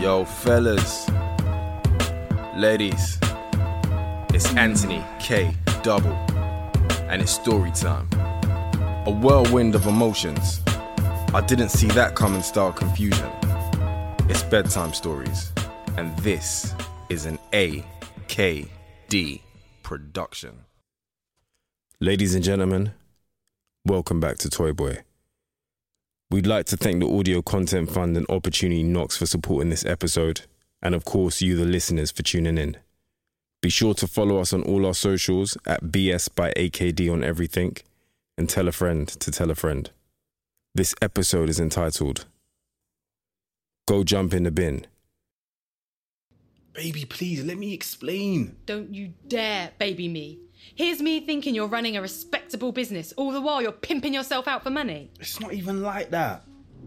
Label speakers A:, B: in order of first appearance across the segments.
A: Yo, fellas, ladies, it's Anthony K. Double, and it's story time. A whirlwind of emotions. I didn't see that coming, style confusion. It's bedtime stories, and this is an AKD production. Ladies and gentlemen, welcome back to Toy Boy. We'd like to thank the Audio Content Fund and Opportunity Knox for supporting this episode, and of course, you, the listeners, for tuning in. Be sure to follow us on all our socials at BS by AKD on everything, and tell a friend to tell a friend. This episode is entitled Go Jump in the Bin. Baby, please let me explain.
B: Don't you dare baby me. Here's me thinking you're running a respectable business, all the while you're pimping yourself out for money.
C: It's not even like that.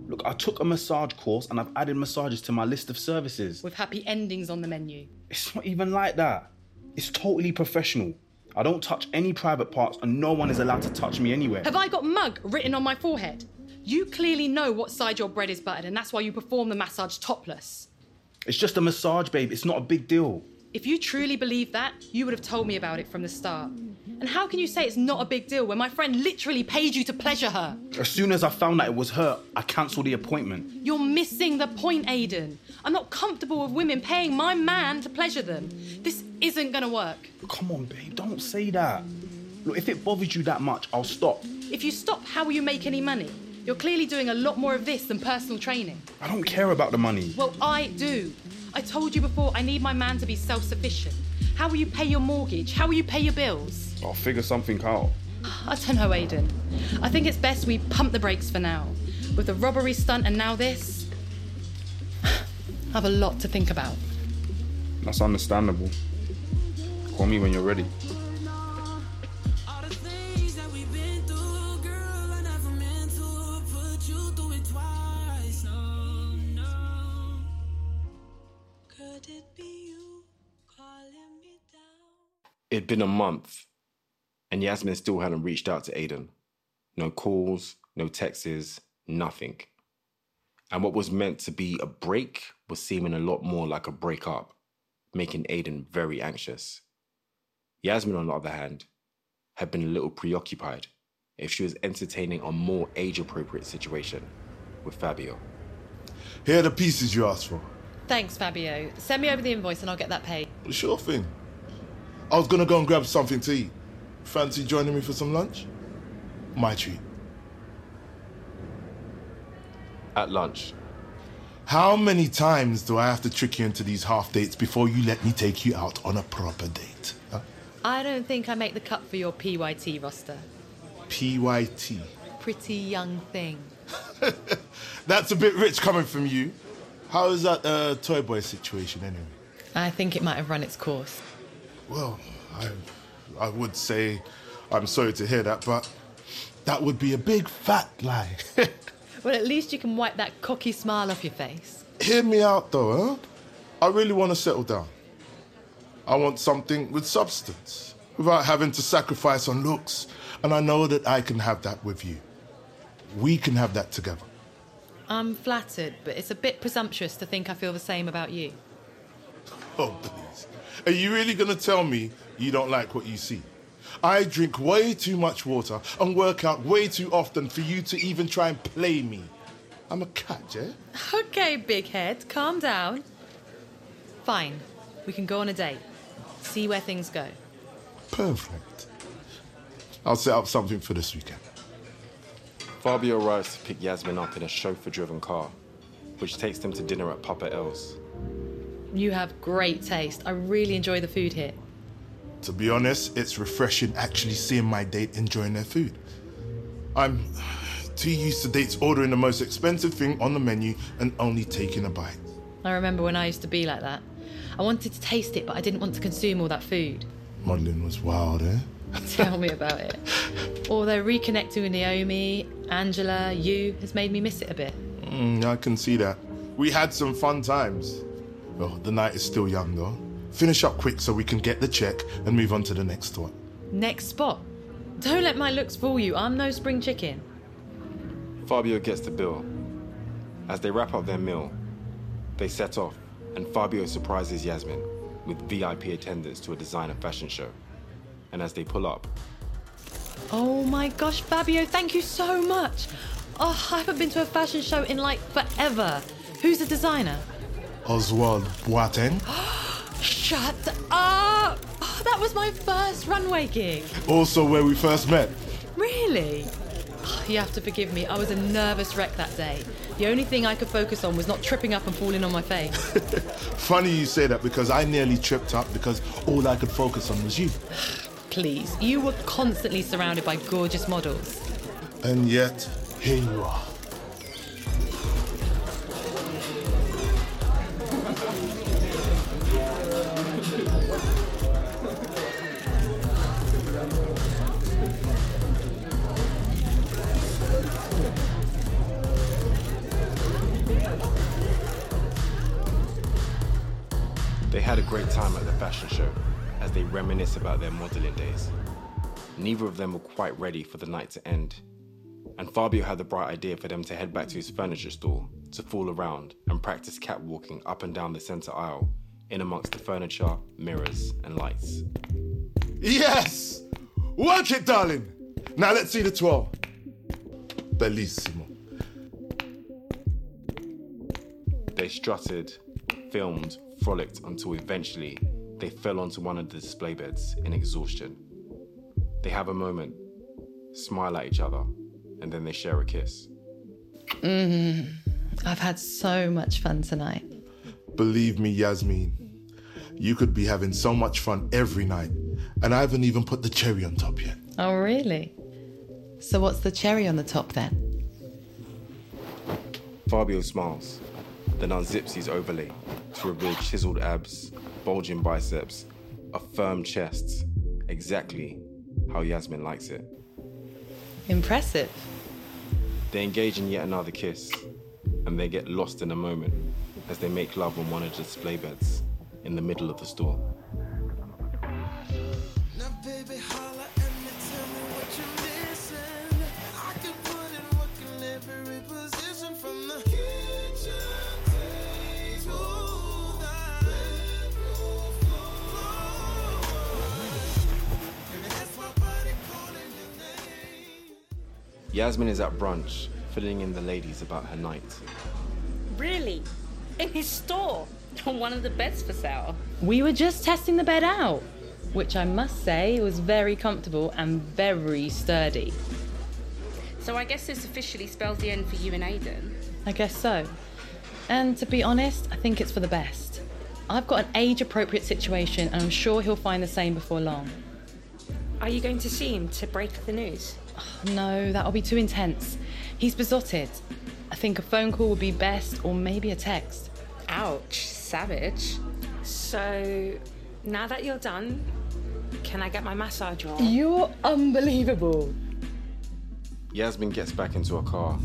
C: Look, I took a massage course and I've added massages to my list of services.
B: With happy endings on the menu.
C: It's not even like that. It's totally professional. I don't touch any private parts and no one is allowed to touch me anywhere.
B: Have I got mug written on my forehead? You clearly know what side your bread is buttered, and that's why you perform the massage topless.
C: It's just a massage, babe. It's not a big deal.
B: If you truly believed that, you would have told me about it from the start. And how can you say it's not a big deal when my friend literally paid you to pleasure her?
C: As soon as I found that it was her, I cancelled the appointment.
B: You're missing the point, Aiden. I'm not comfortable with women paying my man to pleasure them. This isn't gonna work.
C: Come on, babe, don't say that. Look, if it bothers you that much, I'll stop.
B: If you stop, how will you make any money? You're clearly doing a lot more of this than personal training.
C: I don't care about the money.
B: Well, I do. I told you before, I need my man to be self sufficient. How will you pay your mortgage? How will you pay your bills?
C: I'll figure something out.
B: I don't know, Aiden. I think it's best we pump the brakes for now. With the robbery stunt and now this, I've a lot to think about.
C: That's understandable. Call me when you're ready.
D: All the things that we've been through, girl, I never meant to put you through it twice. No, no. Could it be you calling me down?
A: It'd been a month, and Yasmin still hadn't reached out to Aiden. No calls, no texts, nothing. And what was meant to be a break was seeming a lot more like a breakup, making Aiden very anxious. Yasmin, on the other hand, had been a little preoccupied if she was entertaining a more age appropriate situation with Fabio.
E: Here are the pieces you asked for.
B: Thanks, Fabio. Send me over the invoice and I'll get that paid.
E: Sure thing. I was gonna go and grab something to eat. Fancy joining me for some lunch? My treat.
A: At lunch,
E: How many times do I have to trick you into these half dates before you let me take you out on a proper date? huh?
B: I don't think I make the cut for your PYT roster.
E: PYT.
B: Pretty young thing.
E: That's a bit rich coming from you. How is that uh, Toy Boy situation anyway?
B: I think it might have run its course.
E: Well, I, I would say I'm sorry to hear that, but that would be a big fat lie.
B: Well, at least you can wipe that cocky smile off your face.
E: Hear me out though, huh? I really want to settle down. I want something with substance, without having to sacrifice on looks. And I know that I can have that with you. We can have that together.
B: I'm flattered, but it's a bit presumptuous to think I feel the same about you.
E: Oh, please. Are you really going to tell me you don't like what you see? I drink way too much water and work out way too often for you to even try and play me. I'm a cat, yeah?
B: Okay, big head, calm down. Fine, we can go on a date. See where things go.
E: Perfect. I'll set up something for this weekend.
A: Fabio arrives to pick Yasmin up in a chauffeur driven car, which takes them to dinner at Papa L's.
B: You have great taste. I really enjoy the food here.
E: To be honest, it's refreshing actually seeing my date enjoying their food. I'm too used to dates ordering the most expensive thing on the menu and only taking a bite.
B: I remember when I used to be like that. I wanted to taste it, but I didn't want to consume all that food.
E: Modeling was wild, eh?
B: Tell me about it. Although reconnecting with Naomi, Angela, you has made me miss it a bit.
E: Mm, I can see that. We had some fun times. Oh, the night is still young though. Finish up quick so we can get the check and move on to the next one.
B: Next spot. Don't let my looks fool you. I'm no spring chicken.
A: Fabio gets the bill. As they wrap up their meal, they set off and Fabio surprises Yasmin with VIP attendance to a designer fashion show. And as they pull up,
B: Oh my gosh, Fabio, thank you so much. Oh, I haven't been to a fashion show in like forever. Who's the designer?
E: Oswald Boateng.
B: Shut up! Oh, that was my first runway gig.
E: Also, where we first met.
B: Really? Oh, you have to forgive me. I was a nervous wreck that day. The only thing I could focus on was not tripping up and falling on my face.
E: Funny you say that because I nearly tripped up because all I could focus on was you.
B: Please, you were constantly surrounded by gorgeous models.
E: And yet, here you are.
A: They had a great time at the fashion show as they reminisce about their modeling days. Neither of them were quite ready for the night to end, and Fabio had the bright idea for them to head back to his furniture store to fool around and practice catwalking up and down the center aisle in amongst the furniture, mirrors, and lights.
E: Yes! Work it, darling! Now let's see the 12. Bellissimo.
A: They strutted, filmed, frolicked until eventually they fell onto one of the display beds in exhaustion. They have a moment, smile at each other, and then they share a kiss.
B: I've had so much fun tonight.
E: Believe me, Yasmin, you could be having so much fun every night, and I haven't even put the cherry on top yet.
B: Oh, really? So, what's the cherry on the top then?
A: Fabio smiles, then unzips his overlay to reveal chiseled abs, bulging biceps, a firm chest, exactly how Yasmin likes it.
B: Impressive.
A: They engage in yet another kiss, and they get lost in a moment as they make love on one of the display beds in the middle of the store.
D: Now, baby, holla at me, tell me what you're missing. I can put in work in every position from the kitchen table, the bedroom floor. And that's my body calling your name.
A: Yasmin is at brunch, filling in the ladies about her night.
F: Really? In his store? On one of the beds for sale?
B: We were just testing the bed out, which I must say was very comfortable and very sturdy.
F: So I guess this officially spells the end for you and Aiden.
B: I guess so. And to be honest, I think it's for the best. I've got an age appropriate situation, and I'm sure he'll find the same before long.
G: Are you going to see him to break the news?
B: No, that'll be too intense. He's besotted. I think a phone call would be best, or maybe a text.
F: Ouch, savage.
G: So, now that you're done, can I get my massage or?
B: You're unbelievable.
A: Yasmin gets back into her car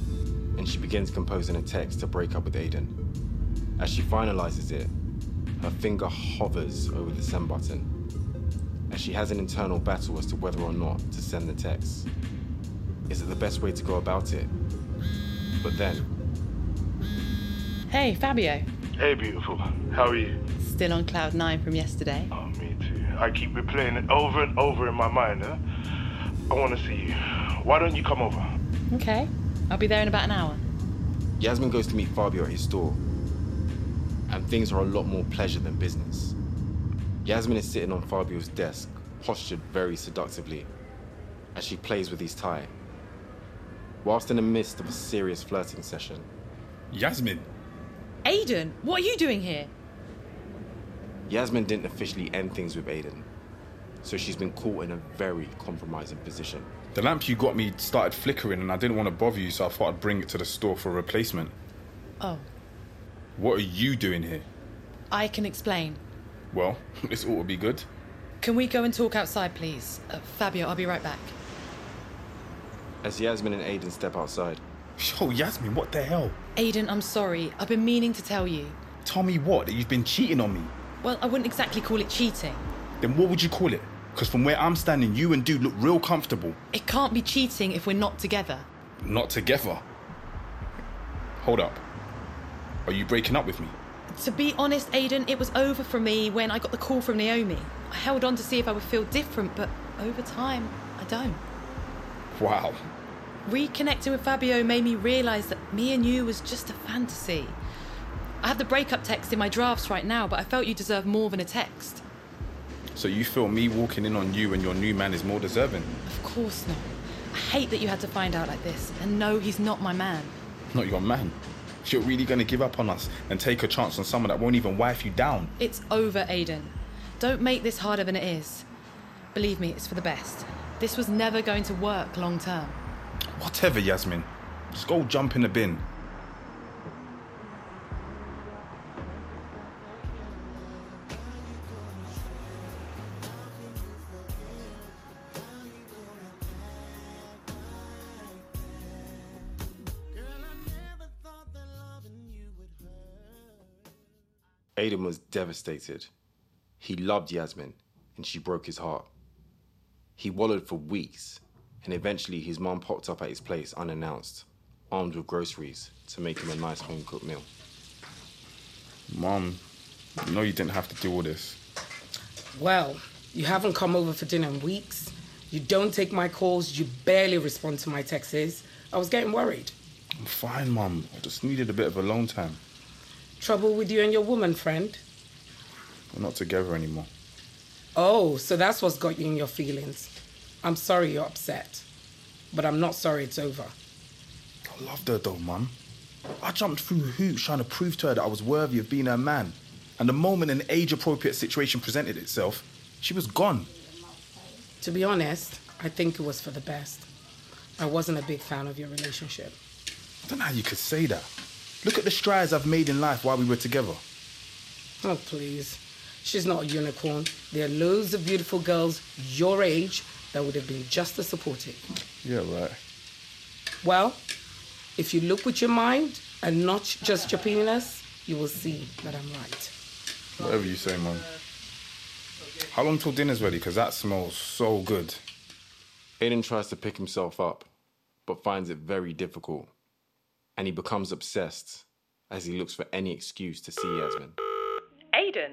A: and she begins composing a text to break up with Aiden. As she finalizes it, her finger hovers over the send button as she has an internal battle as to whether or not to send the text. Is it the best way to go about it? But then,
B: Hey, Fabio.
H: Hey, beautiful. How are you?
B: Still on cloud nine from yesterday.
H: Oh, me too. I keep replaying it over and over in my mind. Huh? I want to see you. Why don't you come over?
B: Okay, I'll be there in about an hour.
A: Yasmin goes to meet Fabio at his store, and things are a lot more pleasure than business. Yasmin is sitting on Fabio's desk, postured very seductively, as she plays with his tie. Whilst in the midst of a serious flirting session,
C: Yasmin,
B: Aiden, what are you doing here?
A: Yasmin didn't officially end things with Aiden, so she's been caught in a very compromising position.
C: the lamp you got me started flickering and I didn't want to bother you, so I thought I'd bring it to the store for a replacement.
B: Oh,
C: What are you doing here?
B: I can explain.
C: Well, this ought to be good.
B: Can we go and talk outside, please? Uh, Fabio, I'll be right back.
A: As Yasmin and Aiden step outside,
C: Yo, Yasmin, what the hell?
B: Aiden, I'm sorry. I've been meaning to tell you.
C: Tell me what? That you've been cheating on me?
B: Well, I wouldn't exactly call it cheating.
C: Then what would you call it? Because from where I'm standing, you and dude look real comfortable.
B: It can't be cheating if we're not together.
C: Not together. Hold up. Are you breaking up with me?
B: To be honest, Aiden, it was over for me when I got the call from Naomi. I held on to see if I would feel different, but over time, I don't.
C: Wow.
B: Reconnecting with Fabio made me realise that me and you was just a fantasy. I have the breakup text in my drafts right now, but I felt you deserve more than a text.
C: So you feel me walking in on you and your new man is more deserving?
B: Of course not. I hate that you had to find out like this, and no, he's not my man.
C: Not your man. You're really gonna give up on us and take a chance on someone that won't even wife you down.
B: It's over, Aiden. Don't make this harder than it is. Believe me, it's for the best. This was never going to work long term.
C: Whatever, Yasmin. Just go jump in the bin.
A: Aiden was devastated. He loved Yasmin, and she broke his heart. He wallowed for weeks, and eventually his mom popped up at his place unannounced, armed with groceries to make him a nice home cooked meal.
C: Mom, you know you didn't have to do all this.
I: Well, you haven't come over for dinner in weeks. You don't take my calls. You barely respond to my texts. I was getting worried.
C: I'm fine, Mom. I just needed a bit of alone time.
I: Trouble with you and your woman friend?
C: We're not together anymore.
I: Oh, so that's what's got you in your feelings. I'm sorry you're upset, but I'm not sorry it's over.
C: I loved her though, Mum. I jumped through hoops trying to prove to her that I was worthy of being her man. And the moment an age appropriate situation presented itself, she was gone.
I: To be honest, I think it was for the best. I wasn't a big fan of your relationship.
C: I don't know how you could say that. Look at the strides I've made in life while we were together.
I: Oh, please. She's not a unicorn. There are loads of beautiful girls your age that would have been just as supportive.
C: Yeah, right.
I: Well, if you look with your mind and not just your penis, you will see that I'm right.
C: Whatever you say, Mum. How long till dinner's ready? Because that smells so good.
A: Aiden tries to pick himself up, but finds it very difficult, and he becomes obsessed as he looks for any excuse to see Yasmin.
B: Aiden,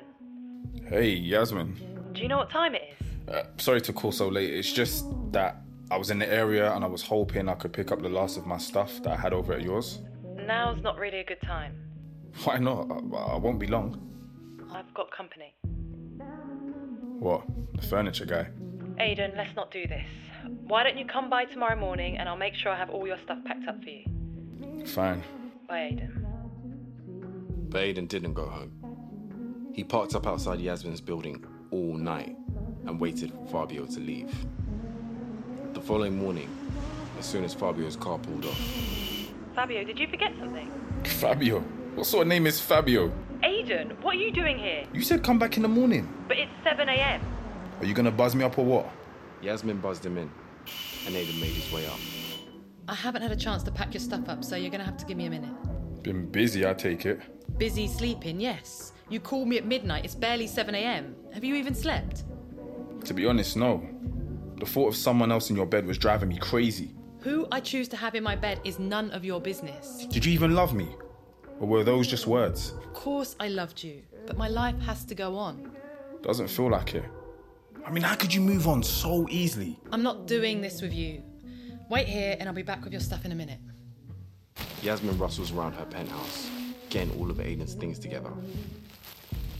C: Hey, Yasmin.
B: do you know what time it is?
C: Uh, sorry to call so late. It's just that I was in the area and I was hoping I could pick up the last of my stuff that I had over at yours.
B: Now's not really a good time.
C: Why not? I, I won't be long.
B: I've got company.
C: What? The furniture guy?
B: Aiden, let's not do this. Why don't you come by tomorrow morning and I'll make sure I have all your stuff packed up for you?
C: Fine.
B: Bye, Aiden.
A: But Aiden didn't go home. He parked up outside Yasmin's building all night and waited for Fabio to leave. The following morning, as soon as Fabio's car pulled off,
B: Fabio, did you forget something?
C: Fabio. What sort of name is Fabio?
B: Aiden, what are you doing here?
C: You said come back in the morning.
B: But it's 7 a.m.
C: Are you gonna buzz me up or what?
A: Yasmin buzzed him in, and Aiden made his way up.
B: I haven't had a chance to pack your stuff up, so you're gonna have to give me a minute.
C: Been busy, I take it.
B: Busy sleeping, yes. You called me at midnight, it's barely 7 a.m. Have you even slept?
C: To be honest, no. The thought of someone else in your bed was driving me crazy.
B: Who I choose to have in my bed is none of your business.
C: Did you even love me? Or were those just words?
B: Of course, I loved you, but my life has to go on.
C: Doesn't feel like it. I mean, how could you move on so easily?
B: I'm not doing this with you. Wait here, and I'll be back with your stuff in a minute.
A: Yasmin rustles around her penthouse, getting all of Aiden's things together.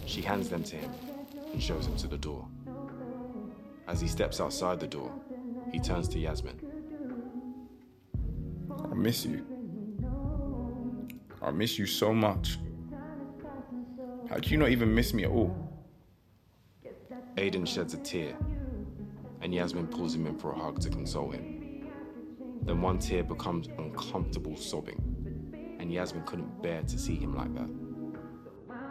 A: She hands them to him and shows him to the door. As he steps outside the door, he turns to Yasmin.
C: I miss you. I miss you so much. How do you not even miss me at all?
A: Aiden sheds a tear, and Yasmin pulls him in for a hug to console him. Then one tear becomes uncomfortable sobbing, and Yasmin couldn't bear to see him like that.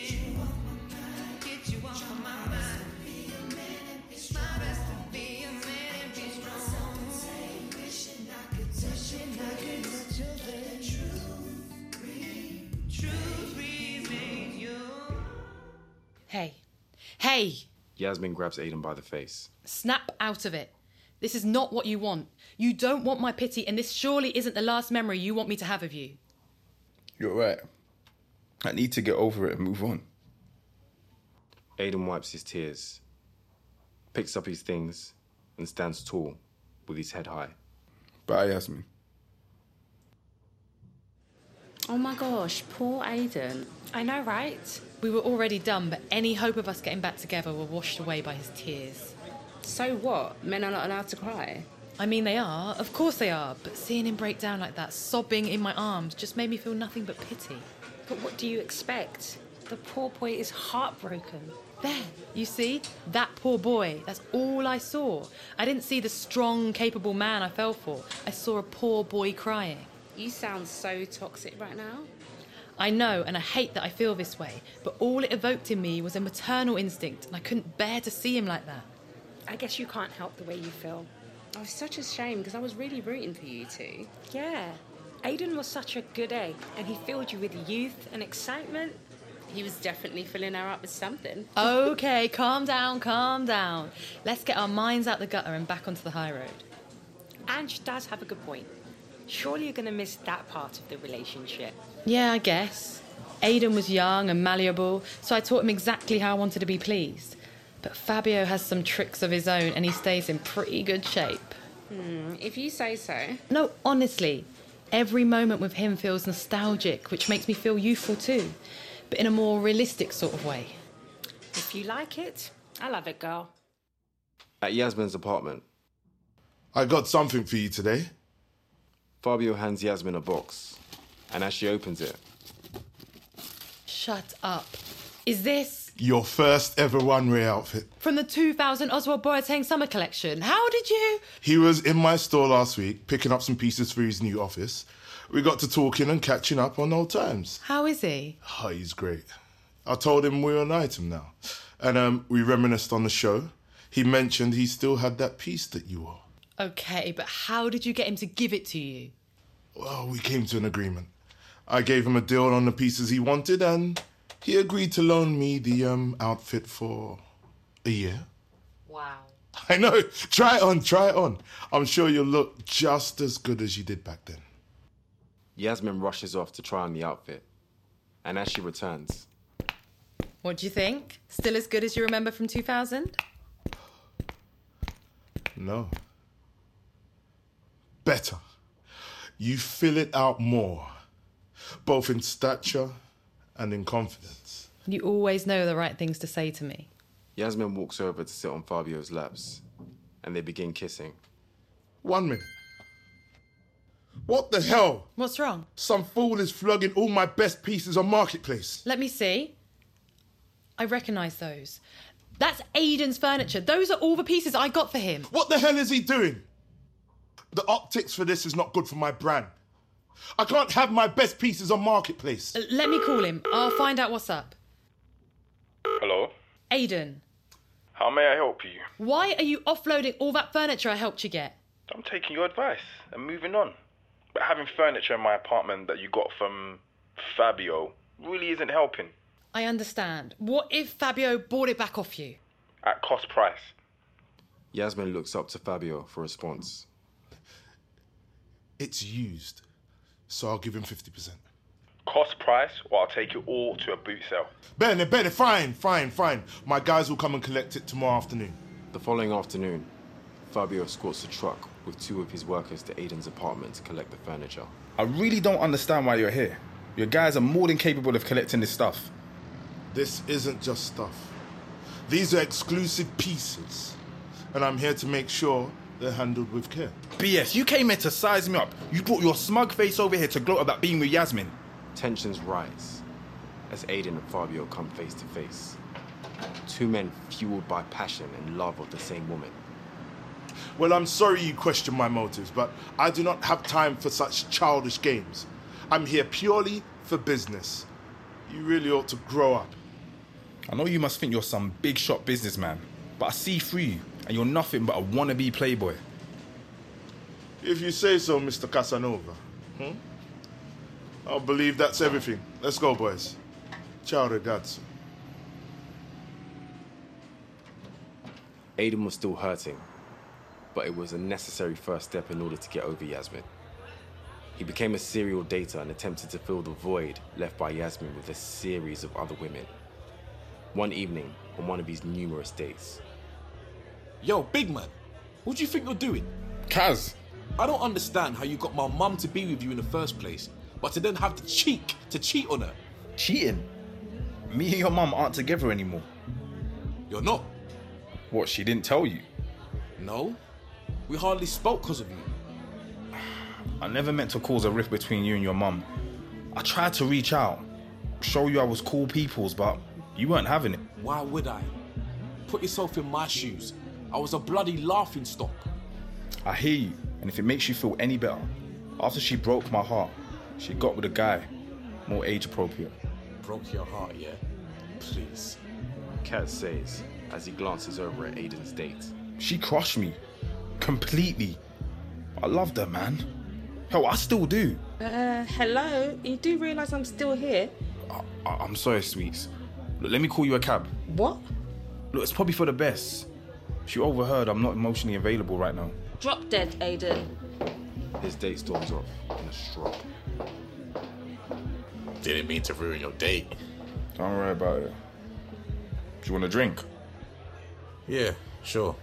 D: It's my best to be a man and be strong.
B: away.
A: Yasmin grabs Aiden by the face.
B: Snap out of it. This is not what you want. You don't want my pity, and this surely isn't the last memory you want me to have of you.
C: You're right. I need to get over it and move on.
A: Aiden wipes his tears, picks up his things, and stands tall with his head high.
C: Bye, Yasmin.
F: Oh my gosh, poor Aiden.
G: I know, right?
B: We were already done, but any hope of us getting back together were washed away by his tears.
F: So what? Men are not allowed to cry.
B: I mean, they are, of course they are, but seeing him break down like that, sobbing in my arms, just made me feel nothing but pity.
G: But what do you expect? The poor boy is heartbroken.
B: There, you see? That poor boy. That's all I saw. I didn't see the strong, capable man I fell for. I saw a poor boy crying.
F: You sound so toxic right now.
B: I know and I hate that I feel this way, but all it evoked in me was a maternal instinct, and I couldn't bear to see him like that.
G: I guess you can't help the way you feel.
F: Oh, it's such a shame because I was really rooting for you two.
G: Yeah. Aiden was such a good egg, and he filled you with youth and excitement.
F: He was definitely filling her up with something.
B: Okay, calm down, calm down. Let's get our minds out the gutter and back onto the high road.
G: And she does have a good point. Surely you're going to miss that part of the relationship.
B: Yeah, I guess. Aidan was young and malleable, so I taught him exactly how I wanted to be pleased. But Fabio has some tricks of his own and he stays in pretty good shape.
F: If you say so.
B: No, honestly, every moment with him feels nostalgic, which makes me feel youthful too, but in a more realistic sort of way.
G: If you like it, I love it, girl.
A: At Yasmin's apartment,
E: I got something for you today.
A: Fabio hands Yasmin a box, and as she opens it,
B: Shut up. Is this
E: Your first ever one way outfit.
B: from the 2000 Oswald Boateng summer collection? How did you?
E: He was in my store last week picking up some pieces for his new office. We got to talking and catching up on old times.
B: How is he?
E: Oh, he's great. I told him we're an item now. And um, we reminisced on the show. He mentioned he still had that piece that you wore.
B: Okay, but how did you get him to give it to you?
E: Well, we came to an agreement. I gave him a deal on the pieces he wanted, and he agreed to loan me the um, outfit for a year.
B: Wow.
E: I know. Try it on, try it on. I'm sure you'll look just as good as you did back then.
A: Yasmin rushes off to try on the outfit, and as she returns,
B: What do you think? Still as good as you remember from 2000?
E: No. Better. You fill it out more, both in stature and in confidence.
B: You always know the right things to say to me.
A: Yasmin walks over to sit on Fabio's laps, and they begin kissing.
E: One minute. What the hell?
B: What's wrong?
E: Some fool is flogging all my best pieces on Marketplace.
B: Let me see. I recognise those. That's Aiden's furniture. Those are all the pieces I got for him.
E: What the hell is he doing? The optics for this is not good for my brand. I can't have my best pieces on Marketplace.
B: Uh, Let me call him. I'll find out what's up.
H: Hello?
B: Aiden,
H: How may I help you?
B: why are you offloading all that furniture I helped you get?
H: I'm taking your advice and moving on. But having furniture in my apartment that you got from Fabio really isn't helping.
B: I understand. What if Fabio bought it back off you?
H: At cost price.
A: Yasmin looks up to Fabio for response.
E: It's used, so I'll give him 50%.
H: Cost price, or I'll take it all to a boot sale.
E: Benny, Benny, fine, fine, fine. My guys will come and collect it tomorrow afternoon.
A: The following afternoon, Fabio escorts a truck with two of his workers to Aiden's apartment to collect the furniture.
C: I really don't understand why you're here. Your guys are more than capable of collecting this stuff.
E: This isn't just stuff. These are exclusive pieces, and I'm here to make sure they're handled with care.
C: BS, you came here to size me up. You brought your smug face over here to gloat about being with Yasmin.
A: Tensions rise as Aiden and Fabio come face to face. Two men fueled by passion and love of the same woman.
E: Well, I'm sorry you question my motives, but I do not have time for such childish games. I'm here purely for business. You really ought to grow up.
C: I know you must think you're some big shot businessman, but I see through you, and you're nothing but a wannabe playboy.
E: If you say so, Mr. Casanova. Hmm? I believe that's everything. Let's go, boys. Ciao, ragazzi.
A: Aiden was still hurting, but it was a necessary first step in order to get over Yasmin. He became a serial dater and attempted to fill the void left by Yasmin with a series of other women. One evening, on one of his numerous dates,
J: Yo, big man, what do you think you're doing?
K: Kaz,
J: I don't understand how you got my mum to be with you in the first place, but to then have the cheek to cheat on her.
C: Cheating? Me and your mum aren't together anymore.
J: You're not?
C: What, she didn't tell you?
J: No. We hardly spoke because of you.
C: I never meant to cause a rift between you and your mum. I tried to reach out, show you I was cool peoples, but you weren't having it.
J: Why would I? Put yourself in my shoes. I was a bloody laughing stock.
C: I hear you, and if it makes you feel any better, after she broke my heart, she got with a guy more age appropriate.
J: Broke your heart, yeah? Please.
A: Kaz says as he glances over at Aiden's date.
C: She crushed me. Completely. I loved her, man. Hell, I still do.
L: Uh, hello? You do realise I'm still here?
C: I- I'm sorry, sweets. Look, let me call you a cab.
L: What?
C: Look, it's probably for the best. She overheard I'm not emotionally available right now.
L: Drop dead, Aiden.
A: His date storms off in a stroll.
K: didn't mean to ruin your date.
C: Don't worry about it. Do you want a drink?
K: Yeah, sure.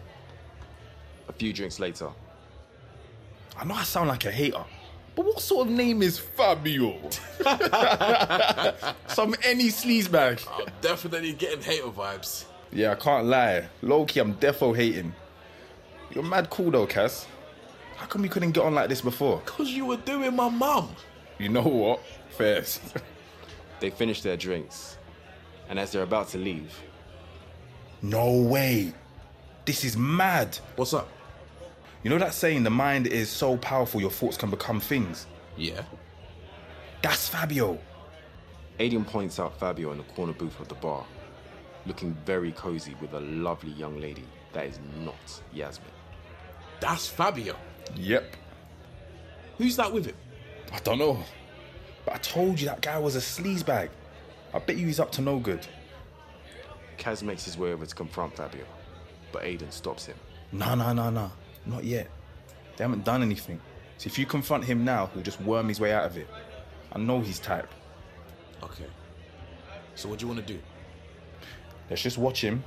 A: A few drinks later,
C: I know I sound like a hater, but what sort of name is Fabio? Some any sleaze bag.
K: I'm definitely getting hater vibes.
C: Yeah, I can't lie. Low key, I'm defo hating. You're mad cool though, Cass. How come you couldn't get on like this before?
J: Because you were doing my mum.
C: You know what? Fairs.
A: they finish their drinks, and as they're about to leave,
C: no way. This is mad.
J: What's up?
C: You know that saying, the mind is so powerful your thoughts can become things?
J: Yeah.
C: That's Fabio.
A: Aiden points out Fabio in the corner booth of the bar, looking very cozy with a lovely young lady that is not Yasmin.
J: That's Fabio.
C: Yep.
J: Who's that with him?
C: I don't know. But I told you that guy was a sleazebag. I bet you he's up to no good.
A: Kaz makes his way over to confront Fabio, but Aiden stops him.
C: Nah, nah, nah, nah. Not yet. They haven't done anything. So if you confront him now, he'll just worm his way out of it. I know his type.
J: Okay. So what do you want to do?
C: Let's just watch him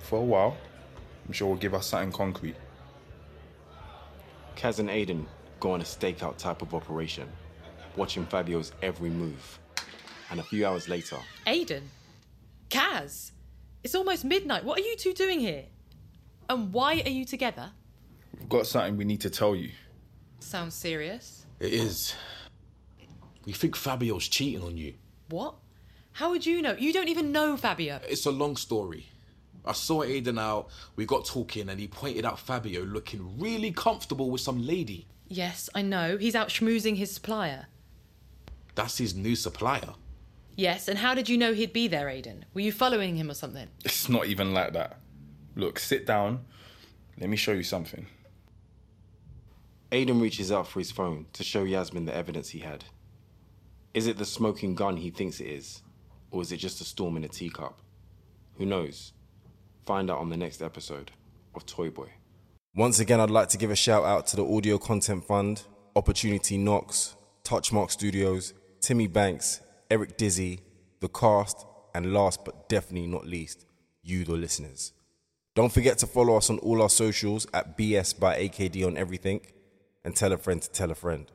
C: for a while. I'm sure we'll give us something concrete.
A: Kaz and Aiden go on a stakeout type of operation, watching Fabio's every move. And a few hours later,
B: Aiden? Kaz? It's almost midnight. What are you two doing here? And why are you together?
C: We've got something we need to tell you.
B: Sounds serious.
J: It is. We think Fabio's cheating on you.
B: What? How would you know? You don't even know Fabio.
J: It's a long story. I saw Aiden out, we got talking, and he pointed out Fabio looking really comfortable with some lady.
B: Yes, I know. He's out schmoozing his supplier.
J: That's his new supplier.
B: Yes, and how did you know he'd be there, Aiden? Were you following him or something?
C: It's not even like that. Look, sit down. Let me show you something.
A: Aiden reaches out for his phone to show Yasmin the evidence he had. Is it the smoking gun he thinks it is? Or is it just a storm in a teacup? Who knows? Find out on the next episode of Toy Boy.
M: Once again, I'd like to give a shout out to the Audio Content Fund, Opportunity Knox, Touchmark Studios, Timmy Banks, Eric Dizzy, the cast, and last but definitely not least, you, the listeners. Don't forget to follow us on all our socials at BS by AKD on everything, and tell a friend to tell a friend.